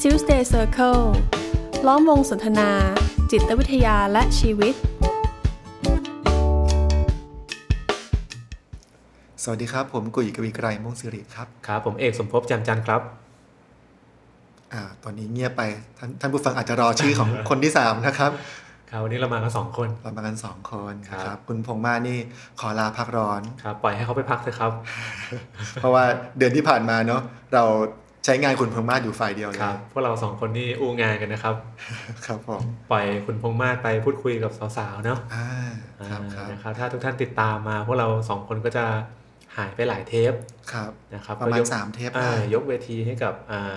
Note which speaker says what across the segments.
Speaker 1: Tuesday Circle ล้อมวงสนทนา จิตวิทยาและชีวิต
Speaker 2: สวัสดีครับ ผมกุยกวีไกรม่วงสิริครับ
Speaker 3: ครับผมเอกสมภพจำจันทร์ครับ
Speaker 2: อ่าตอนนี้เงียบไปท่านท่านผู้ฟังอาจจะรอชื่อ ของ คนที่สามนะครับ
Speaker 3: ครับวันนี้เรามากันสองคน
Speaker 2: เรามากันสองคนนะค
Speaker 3: ครั
Speaker 2: รับบ คุณพงษ์มานี่ขอลาพัก ร้อน
Speaker 3: ครับปล่อยให้เขาไปพักเถอะครับ
Speaker 2: เพราะว่าเดือนที่ผ่านมาเนาะเราใช้งานคุณพงษ์มาอยู่ฝ่ายเดียวเล
Speaker 3: ครับ
Speaker 2: ย
Speaker 3: พวกเราสองคนนี่อู้งานกันนะครับ
Speaker 2: ครับผม
Speaker 3: ปล่อยคุณพงษ์มาศไปพูดคุยกับสาวๆเนาะ
Speaker 2: อ่าครับค
Speaker 3: อ่า
Speaker 2: รับ
Speaker 3: นะครับ ถ้าทุกท่านติดตามมา พวกเราสองคนก็จะหายไปหลายเทป
Speaker 2: ครับ
Speaker 3: นะครับ
Speaker 2: ประมาณ
Speaker 3: ก็ยก
Speaker 2: สามเทป
Speaker 3: อ่า
Speaker 2: ได้
Speaker 3: ยกเวทีให้กับอ่า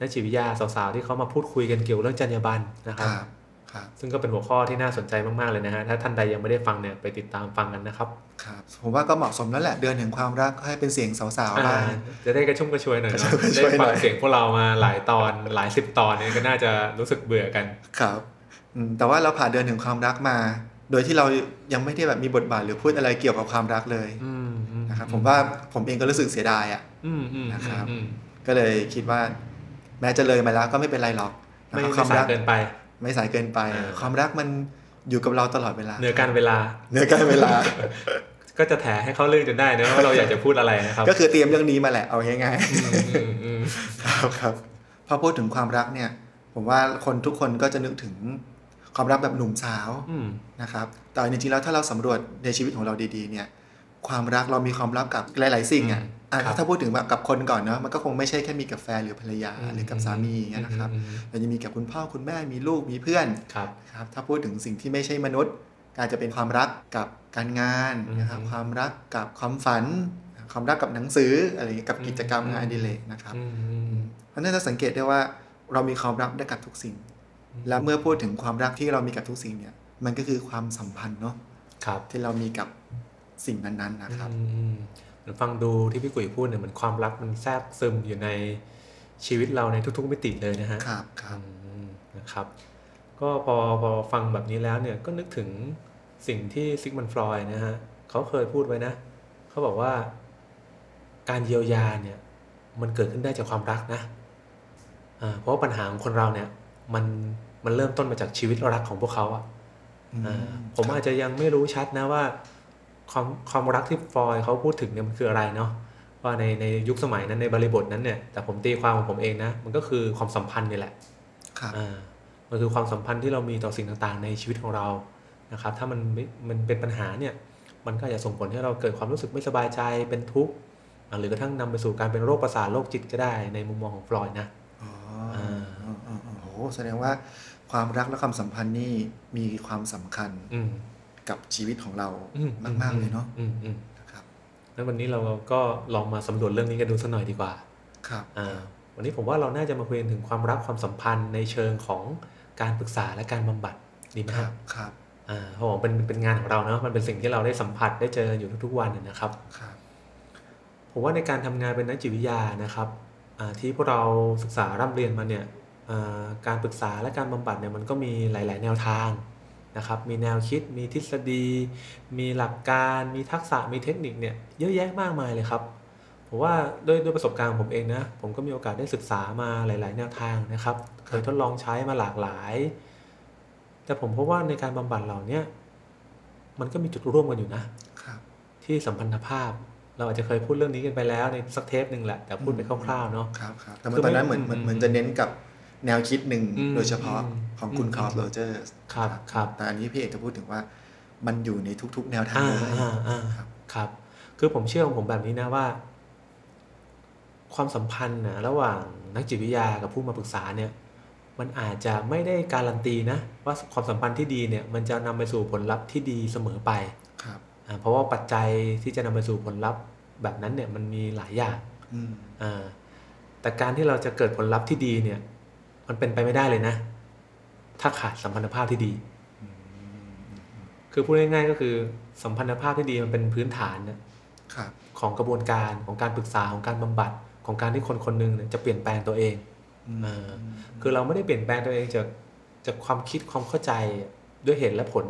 Speaker 3: นักจิตวิทยาสาวๆที่เขามาพูดคุยกันเกี่ยวเรื่องจรรยาบรรณนะค
Speaker 2: ครับ รับครับ
Speaker 3: ซึ่งก็เป็นหัวข้อที่น่าสนใจมากๆเลยนะฮะถ้าท่านใดยังไม่ได้ฟังเนี่ยไปติดตามฟังกันนะครับ
Speaker 2: ครับผมว่าก็เหมาะสมแล้วแหละเดือนแห่งความรักให้เป็นเสียงสาวๆ
Speaker 3: อ่า
Speaker 2: บ้าง
Speaker 3: จะได้กระชุ่มกระชวยหน่อย
Speaker 2: กระ
Speaker 3: เน
Speaker 2: ชุ่
Speaker 3: อะ
Speaker 2: มกระชวยหน่
Speaker 3: ได้ฟั
Speaker 2: อง ย
Speaker 3: เสียงพวกเรามาหลายตอนหลายสิบตอนเนี่ยก็น่าจะรู้สึกเบื่อกัน
Speaker 2: ครับอืมแต่ว่าเราผ่านเดือนแห่งความรักมา โดยที่เรายังไม่ได้แบบมีบทบาทหรือพูดอะไรเกี่ยวกับความรักเลย
Speaker 3: อืมอื
Speaker 2: นะครับผมว่าผมเองก็รู้สึกเสียดายอ่ะ
Speaker 3: อืมอืม
Speaker 2: นะครับ
Speaker 3: อืม
Speaker 2: ก็เลยคิดว่า แม้จะเลยมาแล้วก็ไม่เป็นไรหรอกนะ
Speaker 3: ไม่
Speaker 2: ครับความ
Speaker 3: ไม่สาย
Speaker 2: รัก
Speaker 3: เกินไป
Speaker 2: ไม่สายเกินไป
Speaker 3: เออ
Speaker 2: ความรักมันอยู่กับเราตลอดเวลา
Speaker 3: เหนือการเวลา
Speaker 2: เหนือการเวลา
Speaker 3: ก็จะแถให้เขาเรื่องจนได้นะว่าเราอยากจะพูดอะไรนะครับ
Speaker 2: ก็คือเตรียมเรื่องนี้มาแหละเอาง่าย
Speaker 3: มอืมอืม
Speaker 2: ๆ ครับครับพอพูดถึงความรักเนี่ย ผมว่าคนทุกคนก็จะนึกถึงความรักแบบหนุ่มสาว
Speaker 3: อืม
Speaker 2: นะครับแต่จริงๆแล้วถ้าเราสำรวจในชีวิตของเราดีๆ เนี่ย ความรักเรามีความรักกับหลายๆสิ่งอ่ะอ่ะถ้าพูดถึงแบบกับคนก่อนเนาะมันก็คงไม่ใช่แค่มีกับแฟนหรือภรรยาหรือกับสามีอย่างเงี้ยนะครับ
Speaker 3: อืมอืม
Speaker 2: เราจะมีกับคุณพ่อคุณแม่มีลูกมีเพื่อน
Speaker 3: ครับ
Speaker 2: นะครับถ้าพูดถึงสิ่งที่ไม่ใช่มนุษย์ การจะเป็นความรักกับการงานนะครับ
Speaker 3: อืม
Speaker 2: ความรักกับความฝัน ความรักกับหนังสืออะไรอย่างเงี้ยกับ
Speaker 3: อืม
Speaker 2: กิจกรรมงาน
Speaker 3: อื
Speaker 2: อ
Speaker 3: ม
Speaker 2: ดิเรกนะครับ
Speaker 3: อืมอืมอืม
Speaker 2: เพราะฉะนั้นจะสังเกตได้ว่าเรามีความรักได้กับทุกสิ่ง และเมื่อพูดถึงความรักที่เรามีกับทุกสิ่งเนี่ยมันก็คือความสัมพันธ์เนาะ
Speaker 3: ครับ
Speaker 2: ที่เรามีกับสิ่งนั้นๆนะครับ
Speaker 3: อืมอืมเหมือนฟังดูที่พี่กุ้ยพูดเนี่ยเหมือนความรักมันแทรกซึมอยู่ในชีวิตเราในทุก ๆมิติเลยนะฮะ
Speaker 2: ครับครับ
Speaker 3: อืมนะครับ ก็พอพอฟังแบบนี้แล้วเนี่ยก็นึกถึงสิ่งที่ซิกมันฟรอยด์นะฮะเขาเคยพูดไว้นะ เขาบอกว่า การเยียวยาเนี่ย มันเกิดขึ้นได้จากความรักนะอ่าเพราะว่าปัญหาของคนเราเนี่ย มันมันเริ่มต้นมาจากชีวิตรักของพวกเขาอะ
Speaker 2: อืม
Speaker 3: อ่าผมอาจจะยังไม่รู้ชัดนะว่า ความความรักที่ฟรอยด์เขาพูดถึงเนี่ยมันคืออะไรเนาะว่าในในยุคสมัยนั้นในบริบทนั้นเนี่ย แต่ผมตีความของผมเองนะ มันก็คือความสัมพันธ์นี่แหละ
Speaker 2: ครับ
Speaker 3: อ่ามันคือความสัมพันธ์ที่เรามีต่อสิ่งต่างๆ ในชีวิตของเรา นะครับ ถ้ามันไม่มันเป็นปัญหาเนี่ย มันก็อาจจะส่งผลให้เราเกิดความรู้สึกไม่สบายใจ เป็นทุกข์อ่าหรือกระทั่งนำไปสู่การเป็นโรคประสาทโรคจิตก็ได้ในมุมมองของฟลอยด์นะ
Speaker 2: อ๋อ
Speaker 3: อ่า
Speaker 2: อ๋ออ๋ออ๋อโหแสดงว่าความรักและความสัมพันธ์นี่มีความสำคัญ
Speaker 3: อืม
Speaker 2: กับชีวิตของเรา
Speaker 3: อืม
Speaker 2: มาก ๆ เลยเนาะ
Speaker 3: อืมอืม
Speaker 2: นะครับ
Speaker 3: งั้นวันนี้เราก็ลองมาสำรวจเรื่องนี้กันดูสักหน่อยดีกว่า
Speaker 2: ครับ
Speaker 3: อ่า วันนี้ผมว่าเราน่าจะมาคุยกันถึงความรักความสัมพันธ์ในเชิงของการปรึกษาและการบำบัดดีไหม
Speaker 2: ค
Speaker 3: ค
Speaker 2: รั
Speaker 3: รั
Speaker 2: บบ ครับ
Speaker 3: อ่าผมเป็นเป็นงานของเราเนาะมันเป็นสิ่งที่เราได้สัมผัสได้เจอกันอยู่ทุกๆวันน่ะนะครับ
Speaker 2: ครับ
Speaker 3: ผมว่าในการทำงานเป็นนักจิตวิทยานะครับอ่าที่พวกเราศึกษาร่ำเรียนมาเนี่ยอ่าการปรึกษาและการบำบัดเนี่ยมันก็มีหลาย ๆ แนวทางนะครับ มีแนวคิด มีทฤษฎี มีหลักการ มีทักษะ มีเทคนิคเนี่ยเยอะแยะมากมายเลยครับ ผมว่าด้วยด้วยประสบการณ์ของผมเองนะผมก็มีโอกาสได้ศึกษามาหลาย ๆ แนวทางนะครับ เคยทดลองใช้มาหลากหลาย แต่ผมพบว่าในการบำบัดเหล่าเนี้ยมันก็มีจุดร่วมกันอยู่นะ
Speaker 2: ครับ
Speaker 3: ที่สัมพันธภาพ เราอาจจะเคยพูดเรื่องนี้กันไปแล้วในสักเทปหนึ่งแหละ แต่พูดไปคร่าวๆเนาะ
Speaker 2: ครับครับแต่มัน
Speaker 3: คือ
Speaker 2: ต
Speaker 3: ไม่
Speaker 2: อนนั้นเหมือนเห
Speaker 3: อืม
Speaker 2: มือน
Speaker 3: อืม
Speaker 2: เหมือนจะเน้นกับแนวคิดหนึ่ง
Speaker 3: อืม
Speaker 2: โดยเฉพาะ
Speaker 3: อืม
Speaker 2: ของคุณ
Speaker 3: อืม
Speaker 2: คาร์ลโรเจอร์ส
Speaker 3: ครับครับ
Speaker 2: แต่อันนี้พี่เอกจะพูดถึงว่ามันอยู่ในทุก ๆ แนวทาง
Speaker 3: อ่า
Speaker 2: เลย
Speaker 3: อ่าอ่า
Speaker 2: ครับ
Speaker 3: ครับ คือผมเชื่อของผมแบบนี้นะว่า ความสัมพันธ์นะระหว่างนักจิตวิทยากับผู้มาปรึกษาเนี่ย มันอาจจะไม่ได้การันตีนะ ว่าความสัมพันธ์ที่ดีเนี่ย มันจะนำไปสู่ผลลัพธ์ที่ดีเสมอไป
Speaker 2: ครับ
Speaker 3: อ่าเพราะว่าปัจจัยที่จะนำไปสู่ผลลัพธ์แบบนั้นเนี่ยมันมีหลายอย่าง
Speaker 2: อืม
Speaker 3: อ่าแต่การที่เราจะเกิดผลลัพธ์ที่ดีเนี่ย มันเป็นไปไม่ได้เลยนะ ถ้าขาดสัมพันธภาพที่ดี คือพูดง่ายๆก็คือสัมพันธภาพที่ดีมันเป็นพื้นฐานนะครับ ของกระบวนการของการปรึกษาของการบำบัดของการที่คนคนหนึ่งเนี่ยจะเปลี่ยนแปลงตัวเอง
Speaker 2: อืม
Speaker 3: อ่า คือเราไม่ได้เปลี่ยนแปลงตัวเองจากจากความคิดความเข้าใจด้วยเหตุและผล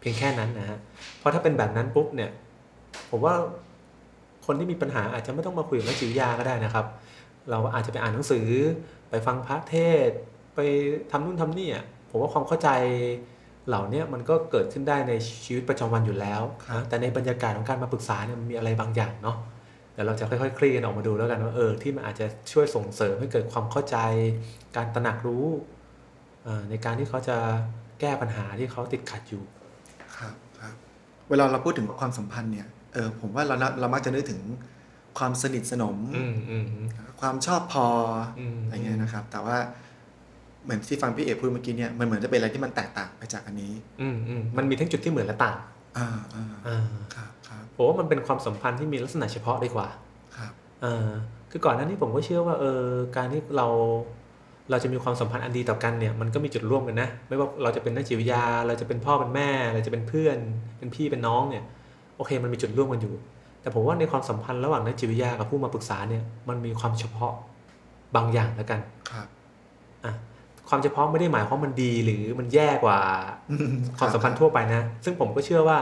Speaker 3: เพียงแค่นั้นนะฮะเพราะถ้าเป็นแบบนั้นปุ๊บเนี่ยผมว่าคนที่มีปัญหาอาจจะไม่ต้องมาคุยกับนักจิตวิทยาก็ได้นะครับ เราอาจจะไปอ่านหนังสือ ไปฟังพระเทศน์ไปทำนู่นทำนี่อ่ะผมว่าความเข้าใจเหล่าเนี้ยมันก็เกิดขึ้นได้ในชีวิตประจำวันอยู่แล้ว
Speaker 2: ครับ
Speaker 3: นะแต่ในบรรยากาศของการมาปรึกษาเนี่ยมันมีอะไรบางอย่างเนาะเดี๋ยวเราจะค่อยๆ คลี่กันออกมาดูแล้วกันว่าเออที่มันอาจจะช่วยส่งเสริมให้เกิดความเข้าใจ การตระหนักรู้เอ่อในการที่เขาจะแก้ปัญหาที่เขาติดขัดอยู่
Speaker 2: ครับครับเวลาเราพูดถึงความสัมพันธ์เนี่ยเออผมว่าเราน่าเรามักจะนึกถึงความสนิทสนม
Speaker 3: อืมอืม
Speaker 2: ความชอบพออ
Speaker 3: ม
Speaker 2: อะไรเงี้ยนะครับ แต่ว่าเหมือนที่ฟังพี่เอกพูดเมื่อกี้เนี่ยมันเหมือนจะเป็นอะไรที่มันแตกต่างไปจากอันนี้
Speaker 3: อืมอืมมันมีทั้งจุดที่เหมือนและต่าง
Speaker 2: อ่าอ่า
Speaker 3: อ่า
Speaker 2: ครับครับ
Speaker 3: ผมว่ามันเป็นความสัมพันธ์ที่มีลักษณะเฉพาะดีกว่า
Speaker 2: ครับ
Speaker 3: เอ่อคือก่อนหน้านี้ผมก็เชื่อว่าเออการที่เราเราจะมีความสัมพันธ์อันดีต่อกันเนี่ยมันก็มีจุดร่วมกันนะ ไม่ว่าเราจะเป็นนักจิตวิทยา เราจะเป็นพ่อเป็นแม่ เราจะเป็นเพื่อนเป็นพี่เป็นน้องเนี่ยโอเคมันมีจุดร่วมกันอยู่ แต่ผมว่าในความสัมพันธ์ระหว่างนักจิตวิทยากับผู้มาปรึกษาเนี่ยมันมีความเฉพาะบางอย่างแล้วกัน
Speaker 2: ครับ
Speaker 3: อ่ะความเฉพาะไม่ได้หมายความว่ามันดีหรือมันแย่กว่า
Speaker 2: อื
Speaker 3: ความสัมพันธ์ทั่วไปนะ ซึ่งผมก็เชื่อว่า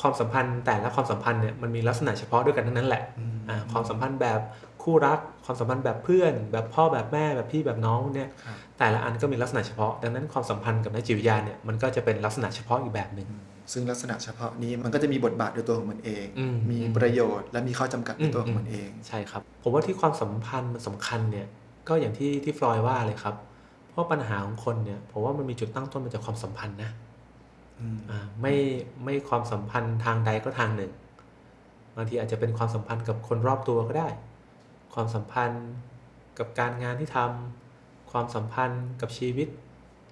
Speaker 3: ความสัมพันธ์แต่ละความสัมพันธ์เนี่ยมันมีลักษณะเฉพาะด้วยกันทั้งนั้นแหละ
Speaker 2: อืม
Speaker 3: อ่าความสัมพันธ์แบบคู่รัก ความสัมพันธ์แบบเพื่อน แบบพ่อแบบแม่แบบพี่แบบน้องเนี่ย
Speaker 2: ครับ
Speaker 3: แต่ละอันก็มีลักษณะเฉพาะ ดังนั้นความสัมพันธ์กับนักจิตวิทยาเนี่ยมันก็จะเป็นลักษณะเฉพาะอีกแบบหนึ่ง
Speaker 2: อืมซึ่งลักษณะเฉพาะนี้มันก็จะมีบทบาทโดยตัวของมันเอง
Speaker 3: อืม
Speaker 2: มี
Speaker 3: อืม
Speaker 2: ประโยชน์และมีข้อจำกัดในตัวของมันเอง
Speaker 3: ใช่ครับ ผมว่าที่ความสัมพันธ์มันสำคัญเนี่ยก็อย่างที่ที่ฟลอยด์ว่าเลยครับ เพราะปัญหาของคนเนี่ยผมว่ามันมีจุดตั้งต้นมาจากความสัมพันธ์นะ
Speaker 2: อืม
Speaker 3: อ่าไม่ไม่ความสัมพันธ์ทางใดก็ทางหนึ่งบางทีอาจจะเป็นความสัมพันธ์กับคนรอบตัวก็ได้ ความสัมพันธ์กับการงานที่ทำความสัมพันธ์กับชีวิต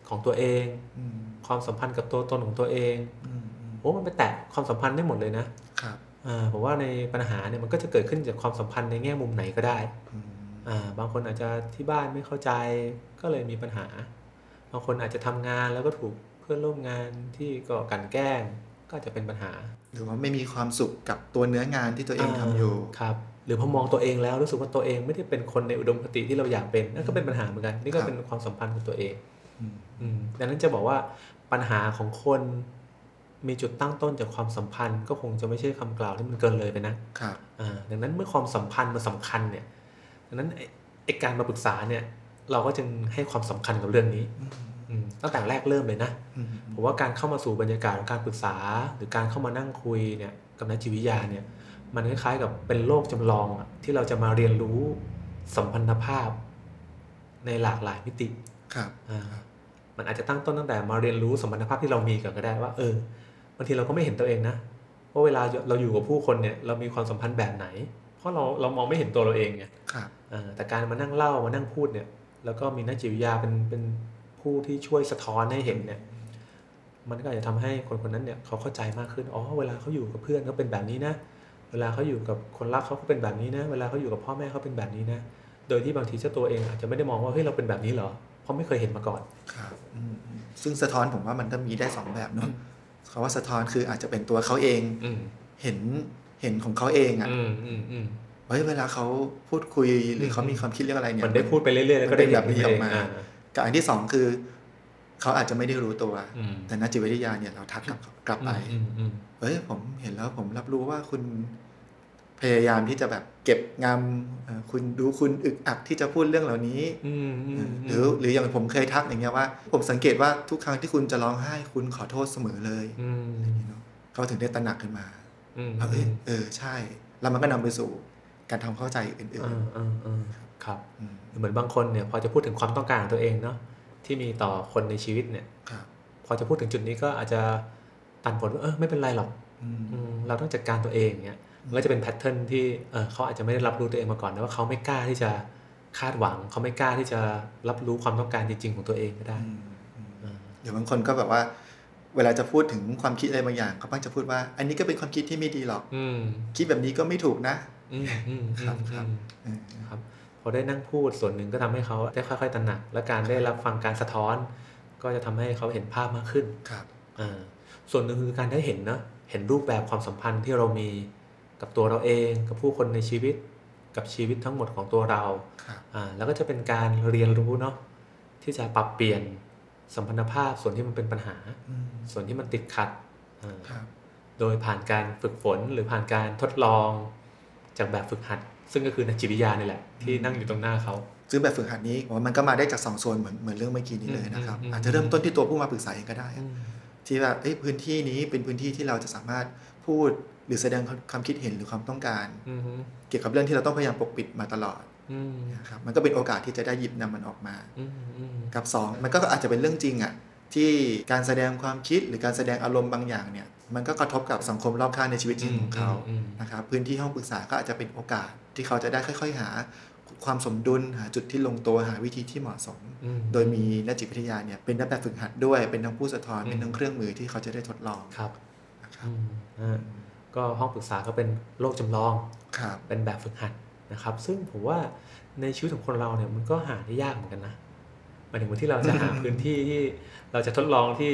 Speaker 3: ของตัวเอง
Speaker 2: อืม
Speaker 3: ความสัมพันธ์กับตัวตนของตัวเอง
Speaker 2: อืมอืม
Speaker 3: โอ้มันไปแตะความสัมพันธ์ได้หมดเลยนะครับ อ่าผมว่าในปัญหาเนี่ยมันก็จะเกิดขึ้นจากความสัมพันธ์ในแง่มุมไหนก็ได้
Speaker 2: อืม
Speaker 3: อ่าบางคนอาจจะที่บ้านไม่เข้าใจก็เลยมีปัญหา บางคนอาจจะทำงานแล้วก็ถูกเพื่อนร่วมงานที่ก็กลันแกล้งก็อาจจะเป็นปัญหา
Speaker 2: หรือว่าไม่มีความสุขกับตัวเนื้องานที่ตัวเองทำอยู่
Speaker 3: ครับ หรือพอมองตัวเองแล้วรู้สึกว่าตัวเองไม่ได้เป็นคนในอุดมคติที่เราอยากเป็นนั่นก็เป็นปัญหาเหมือนกันนี่
Speaker 2: ค
Speaker 3: ก็
Speaker 2: รับ
Speaker 3: เป็นความสัมพันธ์ของตัวเอง
Speaker 2: อืม
Speaker 3: อืมดังนั้นจะบอกว่าปัญหาของคนมีจุดตั้งต้นจากความสัมพันธ์ก็คงจะไม่ใช่คำกล่าวที่มันเกินเลยไปนะครับ อ่าดังนั้นเมื่อความสัมพันธ์มันสำคัญเนี่ยดังนั้นไอ้ไอการมาปรึกษาเนี่ยเราก็จึงให้ความสำคัญกับเรื่องนี้
Speaker 2: อืม
Speaker 3: อืมตั้งแต่แรกเริ่มเลยนะ
Speaker 2: อืม
Speaker 3: ผมว่าการเข้ามาสู่บรรยากาศของการปรึกษา หรือการเข้ามานั่งคุยเนี่ยกับนักจิตวิทยาเนี่ยมันคล้ายๆกับเป็นโลกจำลองอะที่เราจะมาเรียนรู้สัมพันธภาพในหลากหลายมิติ
Speaker 2: ครับ
Speaker 3: อ่ามันอาจจะตั้งต้นตั้งแต่มาเรียนรู้สมรรถภาพที่เรามีก่อนก็ได้ว่า เออบางทีเราก็ไม่เห็นตัวเองนะว่าเวลาเราอยู่กับผู้คนเนี่ยเรามีความสัมพันธ์แบบไหน เพราะเราเรามองไม่เห็นตัวเราเองไง
Speaker 2: ครับ
Speaker 3: อ่าแต่การมานั่งเล่ามานั่งพูดเนี่ย แล้วก็มีนักจิตวิทยาเป็นเป็นผู้ที่ช่วยสะท้อนให้เห็นเนี่ย มันก็อาจจะทำให้คนคนนั้นเนี่ยเขาเข้าใจมากขึ้นอ๋อเวลาเขาอยู่กับเพื่อนเขาเป็นแบบนี้นะ เวลาเขาอยู่กับคนรักเขาก็เป็นแบบนี้นะ เวลาเขาอยู่กับพ่อแม่เขาเป็นแบบนี้นะ โดยที่บางทีเจ้าตัวเองอาจจะไม่ได้มองว่าเฮ้ยเราเป็นแบบนี้เหรอเพราะไม่เคยเห็นมาก่อน
Speaker 2: ครับอืมอืมซึ่งสะท้อนผมว่ามันก็มีได้สองแบบเนาะคำว่าสะท้อนคืออาจจะเป็นตัวเขาเอง
Speaker 3: อืม
Speaker 2: เห็นเห็นของเขาเองอะ
Speaker 3: อืมอืมอืม
Speaker 2: เฮ้ยเวลาเขาพูดคุยหรือ
Speaker 3: ม
Speaker 2: เขามีความคิดเรื่องอะไรเนี่ย
Speaker 3: มันได้พูดไปเรื่อยๆแล้วก็
Speaker 2: มัน
Speaker 3: ได้
Speaker 2: เป็นแบบนี้ออกมา
Speaker 3: เห็น
Speaker 2: กับอันที่สองคือ เขาอาจจะไม่ได้รู้ตัว
Speaker 3: อืม
Speaker 2: แต่นักจิตวิทยาเนี่ยเราทักกลับกลับไป
Speaker 3: อืมอืม
Speaker 2: เฮ้ยผมเห็นแล้วผมรับรู้ว่าคุณพยายามที่จะแบบเก็บงำเอ่อคุณดูคุณอึกอักที่จะพูดเรื่องเหล่านี้
Speaker 3: อืมอืม
Speaker 2: หรือหรืออย่างผมเคยทักอย่างเงี้ยว่า ผมสังเกตว่าทุกครั้งที่คุณจะร้องไห้คุณขอโทษเสมอเลย
Speaker 3: อืม
Speaker 2: อย่างนี้เนาะเขาถึงได้ตระหนักขึ้นมา
Speaker 3: อืม
Speaker 2: ว่าเอยเออใช่ แล้วมันก็นำไปสู่การทำเข้าใจอื่น
Speaker 3: อ่าอ่าอ่าครับ
Speaker 2: ๆอืม
Speaker 3: เหมือนบางคนเนี่ยพอจะพูดถึงความต้องการของตัวเองเนาะที่มีต่อคนในชีวิตเนี่ย
Speaker 2: ครับ
Speaker 3: พอจะพูดถึงจุดนี้ก็อาจจะตัดผลว่าเออไม่เป็นไรหรอก
Speaker 2: อืม
Speaker 3: อืมเราต้องจัดการตัวเองเนี่ยมันก็จะเป็นแพทเทิร์นที่เออเขาอาจจะไม่ได้รับรู้ตัวเองมาก่อนนะว่าเขาไม่กล้าที่จะคาดหวัง เขาไม่กล้าที่จะรับรู้ความต้องการจริง ๆ ของตัวเองก็ได้
Speaker 2: อืมอืม
Speaker 3: อ่า
Speaker 2: หรือบางคนก็แบบว่า เวลาจะพูดถึงความคิดอะไรบางอย่างเขาบ้างจะพูดว่า อันนี้ก็เป็นความคิดที่ไม่ดีหรอก
Speaker 3: อืม
Speaker 2: คิดแบบนี้ก็ไม่ถูกนะ
Speaker 3: อืมอืม
Speaker 2: ครับ
Speaker 3: อืม
Speaker 2: ครับ อืม
Speaker 3: ครับพอได้นั่งพูดส่วนหนึ่งก็ทำให้เขาได้ค่อยๆตระหนัก และการได้รับฟังการสะท้อน ก็จะทำให้เขาเห็นภาพมากขึ้น
Speaker 2: ครับ
Speaker 3: อ่าส่วนหนึ่งคือการได้เห็นเนอะเห็นรูปแบบความสัมพันธ์ที่เรามีกับตัวเราเอง กับผู้คนในชีวิต กับชีวิตทั้งหมดของตัวเรา
Speaker 2: ครับ
Speaker 3: อ่าแล้วก็จะเป็นการเรียนรู้เนาะที่จะปรับเปลี่ยนสัมพันธภาพส่วนที่มันเป็นปัญหา
Speaker 2: อืม
Speaker 3: ส่วนที่มันติดขัดอ่า
Speaker 2: ครับ
Speaker 3: โดยผ่านการฝึกฝนหรือผ่านการทดลองจากแบบฝึกหัด ซึ่งก็คือนักจิตวิทยาเนี่ยแหละ ที่นั่งอยู่ตรงหน้าเขา
Speaker 2: ซึ่งแบบฝึกหัดนี้ผมว่ามันก็มาได้จากสองส่วนเหมือนเหมือนเรื่องเมื่อกี้นี้เลยนะครับ
Speaker 3: อืมอืม
Speaker 2: อาจจะเริ่มต้นที่ตัวผู้มาปรึกษาเองก็ได้อะที่แบบเอ้ยพื้นที่นี้เป็นพื้นที่ที่เราจะสามารถพูดหรือแสดงความคิดเห็นหรือความต้องการ
Speaker 3: อืมฮึ
Speaker 2: เกี่ยวกับเรื่องที่เราต้องพยายามปกปิดมาตลอด
Speaker 3: อืม
Speaker 2: นะครับมันก็เป็นโอกาสที่จะได้หยิบนำมันออกมา
Speaker 3: อืมอืม
Speaker 2: กับสองมันก็อาจจะเป็นเรื่องจริงอะที่การแสดงความคิดหรือการแสดงอารมณ์บางอย่างเนี่ยมันก็กระทบกับสังคมรอบข้างในชีวิตจริงของเขา
Speaker 3: อืมอืม
Speaker 2: นะครับพื้นที่ห้องปรึกษาก็อาจจะเป็นโอกาสที่เขาจะได้ค่อย ๆ หาความสมดุลหาจุดที่ลงตัวหาวิธีที่เหมาะสม
Speaker 3: อืม
Speaker 2: โดยมีนักจิตวิทยาเนี่ยเป็นนักแบบฝึกหัดด้วยเป็นทั้งผู้สะท้อน
Speaker 3: อืม
Speaker 2: เป็นทั้งเครื่องมือที่เขาจะได้ทดลอง
Speaker 3: ครับ
Speaker 2: นะครับ
Speaker 3: อืมอ่าก็ห้องปรึกษาก็เป็นโลกจำลอง
Speaker 2: ครับ
Speaker 3: เป็นแบบฝึกหัดนะครับ ซึ่งผมว่าในชีวิตของคนเราเนี่ยมันก็หาได้ยากเหมือนกันนะหมายถึงว่าที่เราจะหา พื้นที่ที่เราจะทดลองที่